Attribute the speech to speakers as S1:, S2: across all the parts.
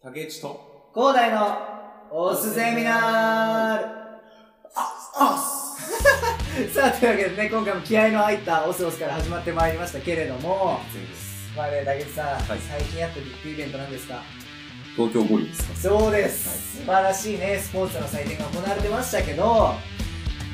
S1: 竹内と。
S2: 広大のおすゼミナール さあ、というわけでね、今回も気合の入ったオスオスから始まってまいりましたけれども、まあね、竹内さん、
S1: はい
S2: 最近やったビッグイベントなんですか
S1: 東京五輪ですか
S2: そうです、素晴らしいね、スポーツの祭典が行われてましたけど、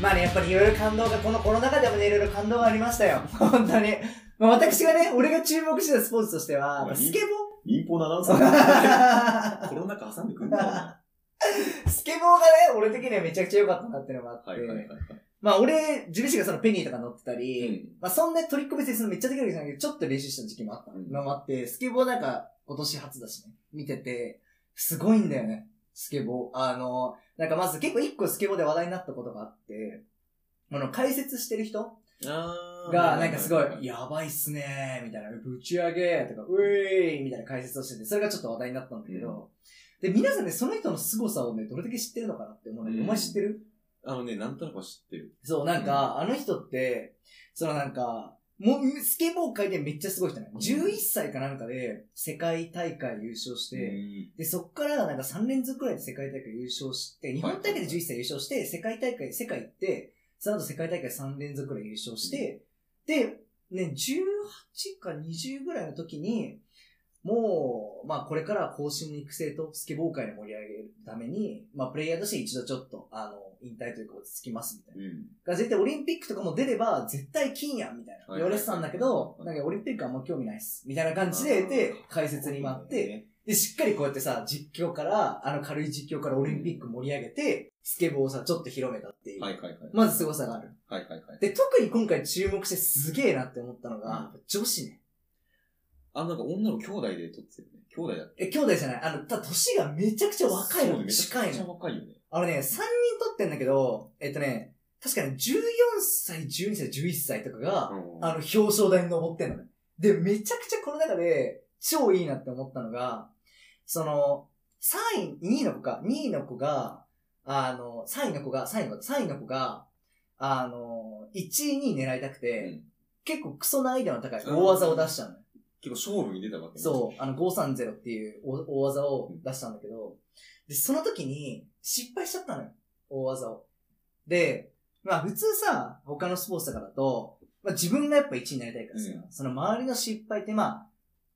S2: まあね、やっぱりいろいろ感動が、このコロナ禍でもね、いろいろ感動がありましたよ。 本当に。まあ私がね、俺が注目してたスポーツとしては、
S1: まあ
S2: スケ
S1: 民放のアナウン
S2: ボ
S1: サー
S2: ー
S1: コロナ禍挟んでくんな。
S2: スケボーがね、俺的にはめちゃくちゃ良かったなっていうのがあって、
S1: はいはいはいはい。
S2: まあ俺、自分自身がそのペニーとか乗ってたり、
S1: うん
S2: まあそんな取り組みせずめっちゃできるわけじゃないけど、ちょっと練習した時期もあった
S1: うん
S2: のもあって、スケボーなんか今年初だしね、見てて、すごいんだよね、スケボー。あの、なんかまず結構一個スケボーで話題になったことがあって、あの、解説してる人
S1: あ
S2: が、なんかすごい、
S1: や、
S2: やばいっすねー、みたいな、ぶち上げーとか、うえーいみたいな解説をしてて、それがちょっと話題になったんだけど、で、皆さんね、その人の凄さをね、どれだけ知ってるのかなって思うんだけど、
S1: うん
S2: お前知ってる
S1: あのね、なんとなくは知ってる。
S2: そう、なんか、あの人って、そのなんか、もう、スケボー界でめっちゃすごい人なの。
S1: ん
S2: 11歳かなんかで、世界大会優勝して、で、そっからなんか3連続くらいで世界大会優勝して、日本大会で11歳優勝して、世界大会、世界行って、その後世界大会3連続くらい優勝して、で、ね、18か20ぐらいの時に、もう、まあこれから更新の育成とスケボー界を盛り上げるために、まあプレイヤーとして一度ちょっと、あの、引退というか落ち着きますみたいな。
S1: うん。
S2: が絶対オリンピックとかも出れば絶対金やんみたいな
S1: はいはい
S2: 言われてたんだけど、なんかオリンピックはあんま興味ないっす。みたいな感じで、で、解説に回って、で、しっかりこうやってさ、実況から、あの軽い実況からオリンピック盛り上げて、スケボーをさ、ちょっと広めたっていう。
S1: はいはいはい。
S2: まず凄さがある。
S1: はいはいはい。
S2: で、特に今回注目してすげえなって思ったのが、女子ね。
S1: あの、なんか女の兄弟で撮ってるね。兄弟だっ
S2: え、兄弟じゃないあの、ただ年がめちゃくちゃ
S1: た。
S2: 若
S1: そ
S2: い
S1: う
S2: の。
S1: ね
S2: 近
S1: めち
S2: い
S1: ゃくちゃ
S2: の。
S1: 若いよね。
S2: あのね、3人撮ってんだけど、えっとね、確かに14歳、12歳、11歳とかが、あの、
S1: の、
S2: 表彰台に登ってんのね。で、めちゃくちゃこの中で、超いいなって思ったのが、その、3位、2位の子か、2位の子が、あの、3位の子が、3位の子、3位の子が、あの、1位に狙いたくて、
S1: うん
S2: 結構クソ難易度の高い
S1: うん
S2: 大技を出したのね。
S1: 結構勝負に出たわけね
S2: そう、あの、530っていう大大技を出したんだけど、で、その時に失敗しちゃったのよ。大技を。で、まあ普通さ、他のスポーツとかだと、まあ自分がやっぱ1位になりたいからさ、
S1: う
S2: その周りの失敗ってまあ、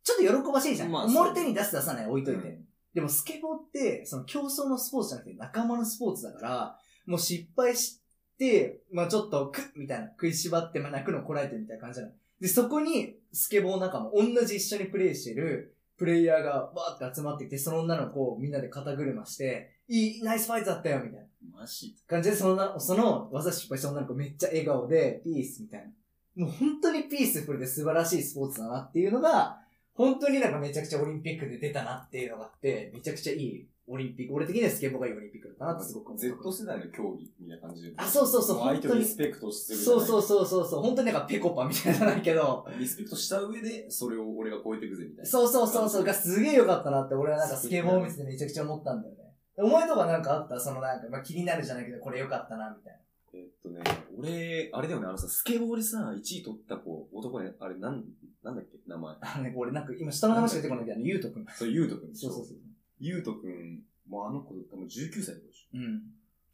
S2: ちょっと喜ばしいじゃん。
S1: まあ
S2: 表に出す出さない置いといて。
S1: うん
S2: でもスケボーって、その競争のスポーツじゃなくて仲間のスポーツだから、もう失敗して、まあちょっとクッみたいな、食いしばって、まあ泣くのこらえてみたいな感じなの。で、そこに、スケボー仲間、同じ一緒にプレイしてる、プレイヤーがバーって集まってきて、その女の子をみんなで肩車して、いい、ナイスファイトだったよ、みたいな
S1: マジ
S2: 感じで、そのな、その技失敗した女の子めっちゃ笑顔で、ピースみたいな。もう本当にピースフルで素晴らしいスポーツだなっていうのが、本当になんかめちゃくちゃオリンピックで出たなっていうのがあって、めちゃくちゃいいオリンピック、俺的にはスケボーがいいオリンピックだったなってすごく思った。
S1: Z 世代の競技みたいな感じで。
S2: あそうそうそう
S1: 相手
S2: 本
S1: を
S2: 当に
S1: リスペクトする。
S2: そうそううそうそうそう、本当になんかペコパみたいじゃないけど、。
S1: リスペクトした上で、それを俺が超えていくぜ、みたいな。
S2: そうそうそう そう、がすげえ良かったなって、俺はなんかスケボーを見ててめちゃくちゃ思ったんだよね。お前とかなんかあったそのなんか、まあ、気になるじゃないけど、これ良かったな、みたいな。
S1: えっとね、俺、あれだよね、あのさ、スケボーでさ、1位取った子、男ね、あれ、なん、なんだっけ、名前。
S2: あのね、俺なんか今下の名前しか出てこないけど、あのゆうとくん。
S1: そう、ゆうとくんでし
S2: そ
S1: ょ。
S2: うそうそう。
S1: ゆうとくん、もうあの子、多分19歳とかでし
S2: うん。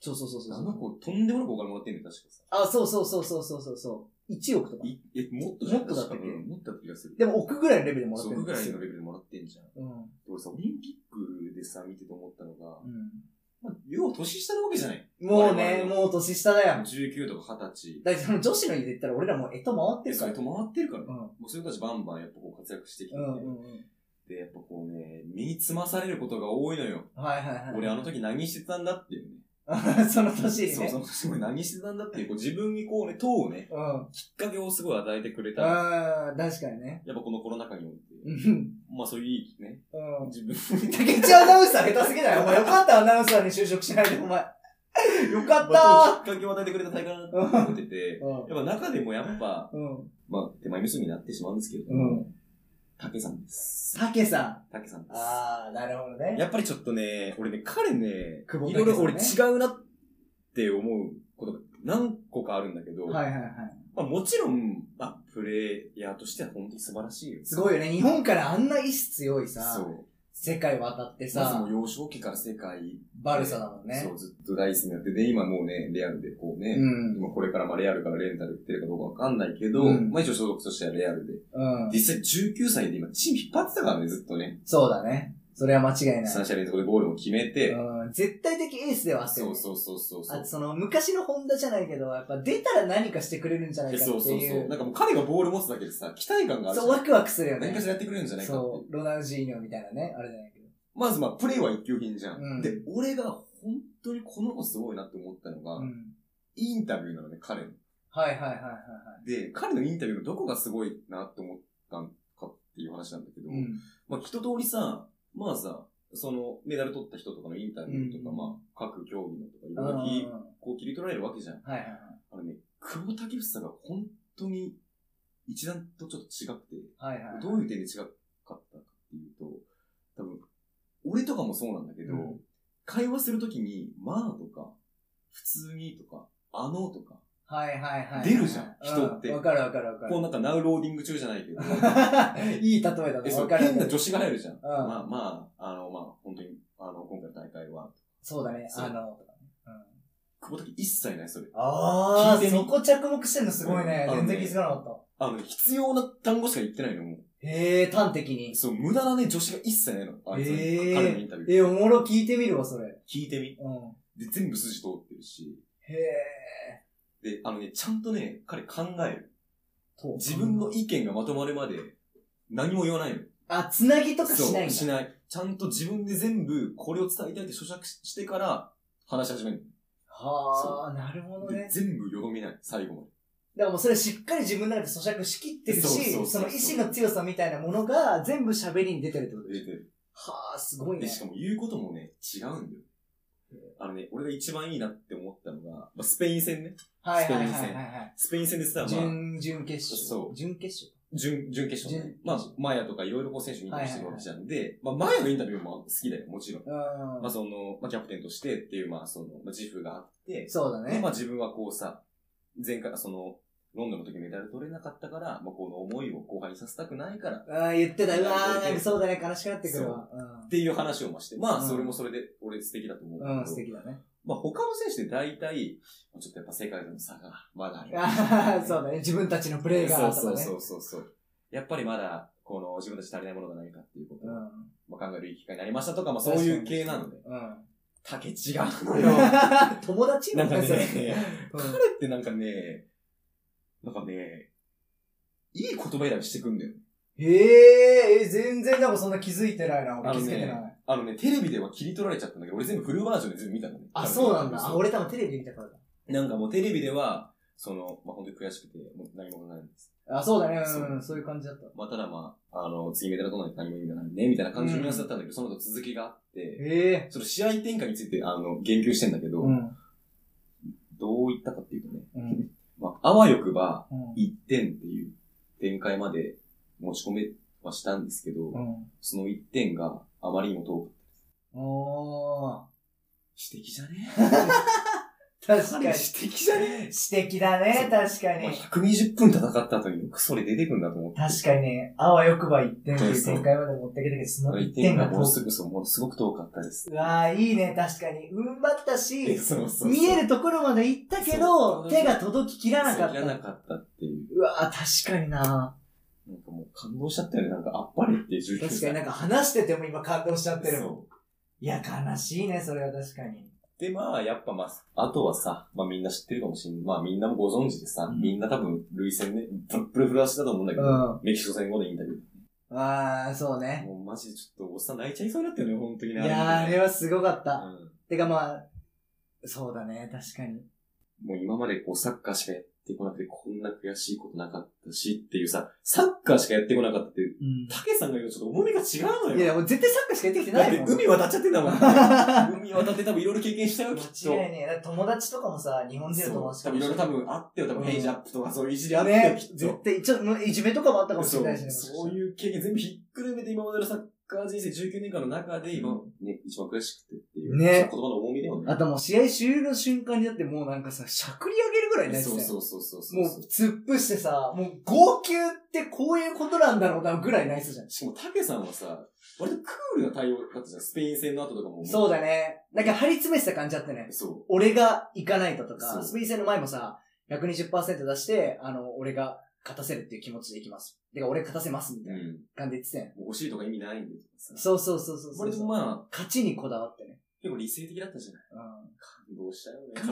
S2: そうそうそうそ
S1: ょ。
S2: う。
S1: あの子、とんでもなくお金もらってんね確かさ。
S2: あ、そうそうそうそうそうそうそう。1億とか。
S1: いえ、もっとじゃない
S2: もっとだったっ
S1: 確
S2: け
S1: かうんもっとだった気がする。
S2: でも億ぐらいのレベルでもらっ
S1: そ
S2: てる
S1: うんぐ
S2: で
S1: らい
S2: すよ
S1: の。レベルもらってんじゃん。
S2: うん。
S1: 俺さ、オリンピックでさ、見てて思ったのが、
S2: う
S1: まあ、要は年下なわけじゃない。
S2: ん。もうね、
S1: 我々は
S2: もう年下だよ。
S1: 19とか20歳。
S2: だってその女子の家で言ったら俺らもうえと回っ
S1: で、
S2: てる
S1: そ
S2: か
S1: れ
S2: ら。
S1: と回ってるから、
S2: うん。
S1: もうそういう子たちバンバンやっぱこう活躍してきてて、
S2: うんうんうん。
S1: で、やっぱこうね、身につまされることが多いのよ。
S2: はいはいはい。
S1: 俺あの時何してたんだっていうね。
S2: その年にね。
S1: そう、その時俺何してたんだっていう、こう自分にこうね、糖をね、
S2: うん。あ
S1: きっかけをすごい与えてくれた、やっ
S2: あー、確かにね。
S1: ぱこのコロナ禍において、
S2: うん。
S1: まあそういういいね、
S2: うん。
S1: 自分
S2: 竹 内アナウンサー下手すぎだよ。お前よかったアナウンサーに就職しないで、お前。よか
S1: ま
S2: っ
S1: あ
S2: た
S1: きっかけを与えてくれた大会だなと思ってて、
S2: ー
S1: やっぱ中でもやっぱ、
S2: うん。うん。
S1: まあ手前味噌になってしまうんですけれど
S2: う
S1: も、竹さんです。
S2: 竹さん。
S1: 竹さんです。
S2: ああ、なるほどね。
S1: やっぱりちょっとね、俺ね、彼ね、
S2: 久保
S1: い
S2: 建
S1: ろ
S2: 英
S1: いろ俺違うなって思うことが何個かあるんだけど、
S2: はいはいはい。
S1: まあもちろん、まあプレイヤーとしては本当に素晴らしいよ。
S2: すごいよね。日本からあんな意志強いさ、
S1: そう。
S2: 世界渡って
S1: まず
S2: さ
S1: もう、幼少期から世界、
S2: バルサだもんね。
S1: そう、ずっと大好きになって、で、今もうね、レアルでこうね、
S2: うん。
S1: 今これからまあレアルからレンタル行ってるかどうかわかんないけど、
S2: うん
S1: まあ一応所属としてはレアルで。
S2: うん。
S1: 実際19歳で今チーム引っ張ってたからね、ずっとね。
S2: そうだね。それは間違いない。
S1: 3試合連続でゴールも決めて、
S2: うん。絶対的エースではあって
S1: そうそうそうそうそう。
S2: あその、昔のホンダじゃないけど、やっぱ出たら何かしてくれるんじゃないかってい
S1: そう
S2: う。
S1: そうそう。なんかもう彼がボール持つだけでさ、期待感がある
S2: そ
S1: し
S2: う、ワクワクするよね
S1: 何か。しらやってくれるんじゃないかっていう
S2: そう、ロナウジーニョみたいなね、あれじゃないけど。
S1: まずまあ、プレイは一級品じゃん。
S2: うん
S1: で、俺が本当にこの子すごいなって思ったのが、
S2: うん。
S1: インタビューなのね、彼の。
S2: はいはいはいはいは
S1: で、彼のインタビューのどこがすごいなって思ったんかっていう話なんだけど、
S2: い。うん。
S1: まあ、一通りさ、まあさ、その、メダル取った人とかのインタビューとか、
S2: うん
S1: まあ、各競技のとか、い
S2: うん
S1: ろ
S2: は
S1: ん
S2: い
S1: なき、こう切り取られるわけじゃん。
S2: はいはい。
S1: あのね、久保建英が本当に、一段とちょっと違くて、
S2: はいはい。
S1: どういう点で違かったかっていうと、多分、俺とかもそうなんだけど、
S2: うん
S1: 会話するときに、まあとか、普通にとか、あのとか、
S2: はいはいはい。
S1: 出るじゃん人って
S2: うわかるわかるわかる
S1: こう。なんかナウローディング中じゃないけ ど、
S2: いい例えだな。
S1: えそ
S2: わ
S1: う
S2: かる。
S1: 変な女子が入るじゃん。
S2: うん
S1: まあまあ、あの、まあ、本当に、あの、今回の大会は、
S2: そうだね。
S1: そう
S2: あの、うん
S1: 久保建一切ない、それ。聞い
S2: あー、
S1: てみ
S2: そこ着目してんのすごいね。
S1: うんあの
S2: 全
S1: ね
S2: 然気づかなかっ
S1: あの、必要な単語しか言ってないの、も
S2: た。へえ、端的に
S1: う。。そう、無駄なね、女子が一切ないの。あいつ
S2: へー
S1: 彼のインタビュー。
S2: え、おもろ聞いてみるわ、それ。
S1: 聞いてみ。
S2: うん。
S1: で、全部筋通ってるし、
S2: へえ。
S1: で、あのね、ちゃんとね、彼考える。
S2: と
S1: 自分の意見がまとまるまで何も言わないの。
S2: あ、つなぎとかしないん
S1: そう、
S2: だ。
S1: しない。ちゃんと自分で全部これを伝えたいって咀嚼してから話し始める
S2: はあ、なるほ
S1: の。
S2: ど
S1: で
S2: ね。
S1: 全部よどみない、最後まで。
S2: だからもうそれしっかり自分の中で咀嚼しきってる
S1: そうそうそ
S2: し、
S1: う
S2: その意志の強さみたいなものが全部喋りに出てるってことで
S1: 出
S2: しょ
S1: てる。
S2: はあ、すごい
S1: で、
S2: ね。
S1: しかも言うこともね、違うんだよ。あのね、俺が一番いいなって思ったのが、まあ、スペイン戦ね。
S2: はいはいは
S1: スペ
S2: い
S1: イン
S2: はい
S1: 戦
S2: はい。
S1: スペイン戦でさ、まあ、
S2: 準、準決勝。
S1: そう
S2: 準決
S1: 準、準決勝ね
S2: 準。
S1: まあ、マヤとかいろいろこう選手にインタビューしてるわけじゃん。で、まあ、マヤのインタビューも好きだよ、もちろん。
S2: 勝。う
S1: まあ、
S2: ん。
S1: その、まあ、キャプテンとしてっていう、まあ、その、まあ、自負があって、
S2: そうだ
S1: で、
S2: ね
S1: ま。あ自分はこうさ、前回、その、ロンドンの時メダル取れなかったから、まあこの思いを後輩にさせたくないから、っ
S2: ああ、言ってた。うわー、なんかそうだね。悲しくなってくるわ。
S1: ていう話をまして、まあ
S2: うん
S1: それもそれで俺素敵だと思うけ
S2: うん。うん、素
S1: ど、
S2: 敵だね。
S1: まあ他の選手で大体、まあちょっとやっぱ世界との差がまだあり
S2: ああ、そう
S1: う、
S2: だね。自分たちのプレーが、と
S1: そ
S2: か
S1: う
S2: ね。
S1: そうそうそう。やっぱりまだ、この自分たち足りないものが何かっていうことを、
S2: うん。
S1: まあ考えるいい機会になりましたとか、まあそういう系なので。
S2: うん。
S1: 竹違うのよ。
S2: 友達
S1: なんか
S2: それ
S1: ね、
S2: うん
S1: 彼ってなんかね、なんかね、いい言葉選びしてくんだよ。
S2: へえ、え全然なんかそんな気づいてないな。
S1: あ
S2: 俺
S1: の
S2: 気
S1: ね
S2: づけてない。
S1: あのね、テレビでは切り取られちゃったんだけど、俺全部フルバージョンで全部見たのね。
S2: あ、そうなんだ。
S1: そう
S2: あ、俺多分テレビ見たからだ。
S1: なんかもうテレビでは、その、まあ、本当に悔しくて、もう何もないんです。
S2: あ、そうだね。
S1: そう
S2: うん、そういう感じだった。
S1: まあ、ただまあ、あの、次メダル取らないと何も意味がないね、みたいな感じのニュアンスだったんだけど、その後続きがあって、
S2: へえ。
S1: その試合展開について、あの、言及してんだけど、
S2: うん。
S1: どういったかっていうとね、
S2: うん。
S1: まあ、あわよくば、
S2: うん
S1: 1点っていう展開まで持ち込めはしたんですけど、
S2: うん。
S1: その1点があまりにも遠かっ
S2: おー。
S1: た。指摘じゃね
S2: 確か
S1: 彼
S2: に。
S1: 指
S2: 指
S1: 摘じゃね
S2: 摘だね、確か
S1: まあ
S2: に。
S1: 120分戦った後によくそれ出てくるんだと思って。
S2: 確かにね、あわよくば1点っていう
S1: そう
S2: 展開まで持ってきたけど、その
S1: 1点
S2: 1点
S1: が
S2: が
S1: も
S2: 遠
S1: のす
S2: く。
S1: ごく、そう、ものすごく遠かったです。
S2: うわー、いいね、確かに。うんばったし、
S1: そうそう
S2: 見えるところまで行ったけ
S1: そ
S2: ど、
S1: う
S2: 手が届ききらなかっ
S1: そういらな
S2: た。
S1: かったっていう。
S2: うわー、確かにな
S1: なんかもう感動しちゃったよね。なんかあっぱれっていう状況
S2: 確かになんか話してても今感動しちゃってるもん。
S1: そう
S2: いや、悲しいね、それは確かに。
S1: で、まあ、やっぱまあ、あとはさ、まあみんな知ってるかもしれない。まあみんなもご存知でさ、
S2: うん
S1: みんな多分、類戦ね、プルプルフラッシュだと思うんだけ
S2: う
S1: ど、
S2: ん。
S1: メキシコ戦後のインタビュ
S2: あー、そう
S1: ー。
S2: ね。
S1: もうマジでちょっとおっさん泣いちゃいそうになったよね、本当に
S2: い
S1: ね。
S2: やー、あれはすごかった。
S1: うん
S2: てかまあ、そうだね、確かに。
S1: もう今までこうサッカーしかやってこなくて、こんな悔しいことなかったしっていうさ、サッカーしかやってこなかったっていう、
S2: う。
S1: タケさんが言うとちょっと重みが違うんの
S2: い
S1: よ。
S2: や、もう絶対サッカーしかやってきて
S1: だ
S2: な
S1: っ
S2: い
S1: て
S2: もん。
S1: 海渡っちゃってん だもん。海渡って多分いろいろ経験したよ、きっと。
S2: 間違いねえ。だって友達とかもさ、日本人
S1: そ
S2: の友
S1: う
S2: 達
S1: 多
S2: とか
S1: 分い
S2: も
S1: ろいろ多分あってよ、多分
S2: うん
S1: ヘイジアップとかそういういじりあってよ、
S2: ね
S1: きっ
S2: 絶
S1: と。
S2: 対、ちょっといじめとかもあったかもし
S1: そ
S2: れな
S1: う
S2: いしね。
S1: そう
S2: う。
S1: いう経験全部ひっくるめて今までのサッカー人生19年間の中で今、
S2: う
S1: ね、一番悔しくてっていいう。
S2: ね
S1: 言葉の重みでも
S2: あ
S1: ね。
S2: ともう試合終了の瞬間になってもうなんかさ、しゃくり上げるぐらいないです
S1: そう
S2: ね。
S1: そうそうそうそう。
S2: もう突っ伏してさ、もう号泣ってこういうことなんだろうなぐらいナイスじゃん。
S1: しかも、タケさんはさ、割とクールな対応だったじゃん。スペイン戦の後とかも。
S2: そうだね。なんか張り詰めてた感じあってね。
S1: そ
S2: 俺が行かないととか
S1: そ、う
S2: スペイン戦の前もさ、120%出して、あの、俺が勝たせるっていう気持ちで行きます。てか、俺勝たせますみ
S1: う。
S2: たいな
S1: うん。
S2: 感じで言ってたよね。
S1: もう惜しいとか意味ないんでとかさ。
S2: そうそうそうそうそう
S1: 割とまあ、
S2: 勝ちにこだわってね。
S1: 結構理性的だったじゃない。
S2: うん
S1: 感動したよね。
S2: 感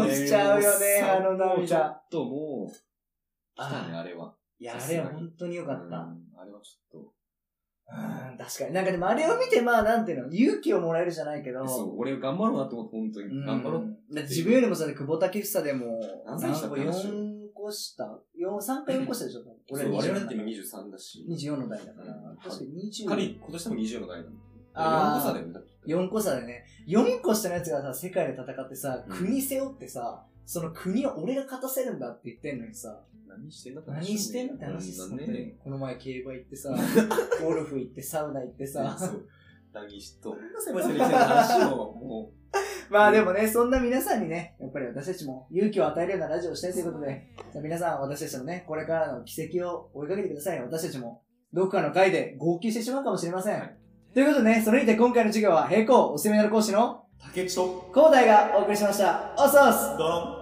S2: 動しちゃうよねあの涙
S1: もうちょっともう、来たね、
S2: あ
S1: あれは。
S2: いや、
S1: さ
S2: あ
S1: す
S2: れ
S1: が
S2: は
S1: に
S2: 本当に良かった。
S1: うんあれはちょ
S2: うん、確かに。なんかでもあれを見て、まあなんていうの、勇気をもらえるじゃないけ
S1: っ
S2: ど。
S1: と。そう、俺頑張ろうなって思って、本当
S2: うん
S1: に。頑張ろう。
S2: だって自分よりもさ、久保建英でも、
S1: 何歳下って話よ
S2: 4個下 ?4、3か4個下でしょ
S1: 俺
S2: ら
S1: 我々だって
S2: 24
S1: 今23だし。
S2: の代だから
S1: うん。
S2: 確かに20。
S1: 彼、今年でも20の代なんだ。4
S2: あー
S1: 個差だよね。だって
S2: 4個差でね、4個下のやつがさ、世界で戦ってさ、
S1: うん
S2: 国背負ってさ、その国を俺が勝たせるんだって言ってんのにさ、
S1: 何してんだって
S2: 何
S1: 話
S2: してんって話です
S1: うん
S2: 本
S1: だ
S2: 当
S1: ね。
S2: にこの前競馬行っ てさ、ゴルフ行ってサウナ行ってさ、
S1: そう。何しと。どんな狭い世界してんの話を、もう。
S2: まあでもね、そんな皆さんにね、やっぱり私たちも勇気を与えるようなラジオをしたいということで、じゃあ皆さん私たちのね、これからの奇跡を追いかけてください。私たちも、どこかの回で号泣してしまうかもしれません。
S1: はい
S2: ということでね、それにて今回の授業は、平行おすすめなる講師の
S1: 竹内と、
S2: 高大がお送りしました。おっそーす
S1: ドロン。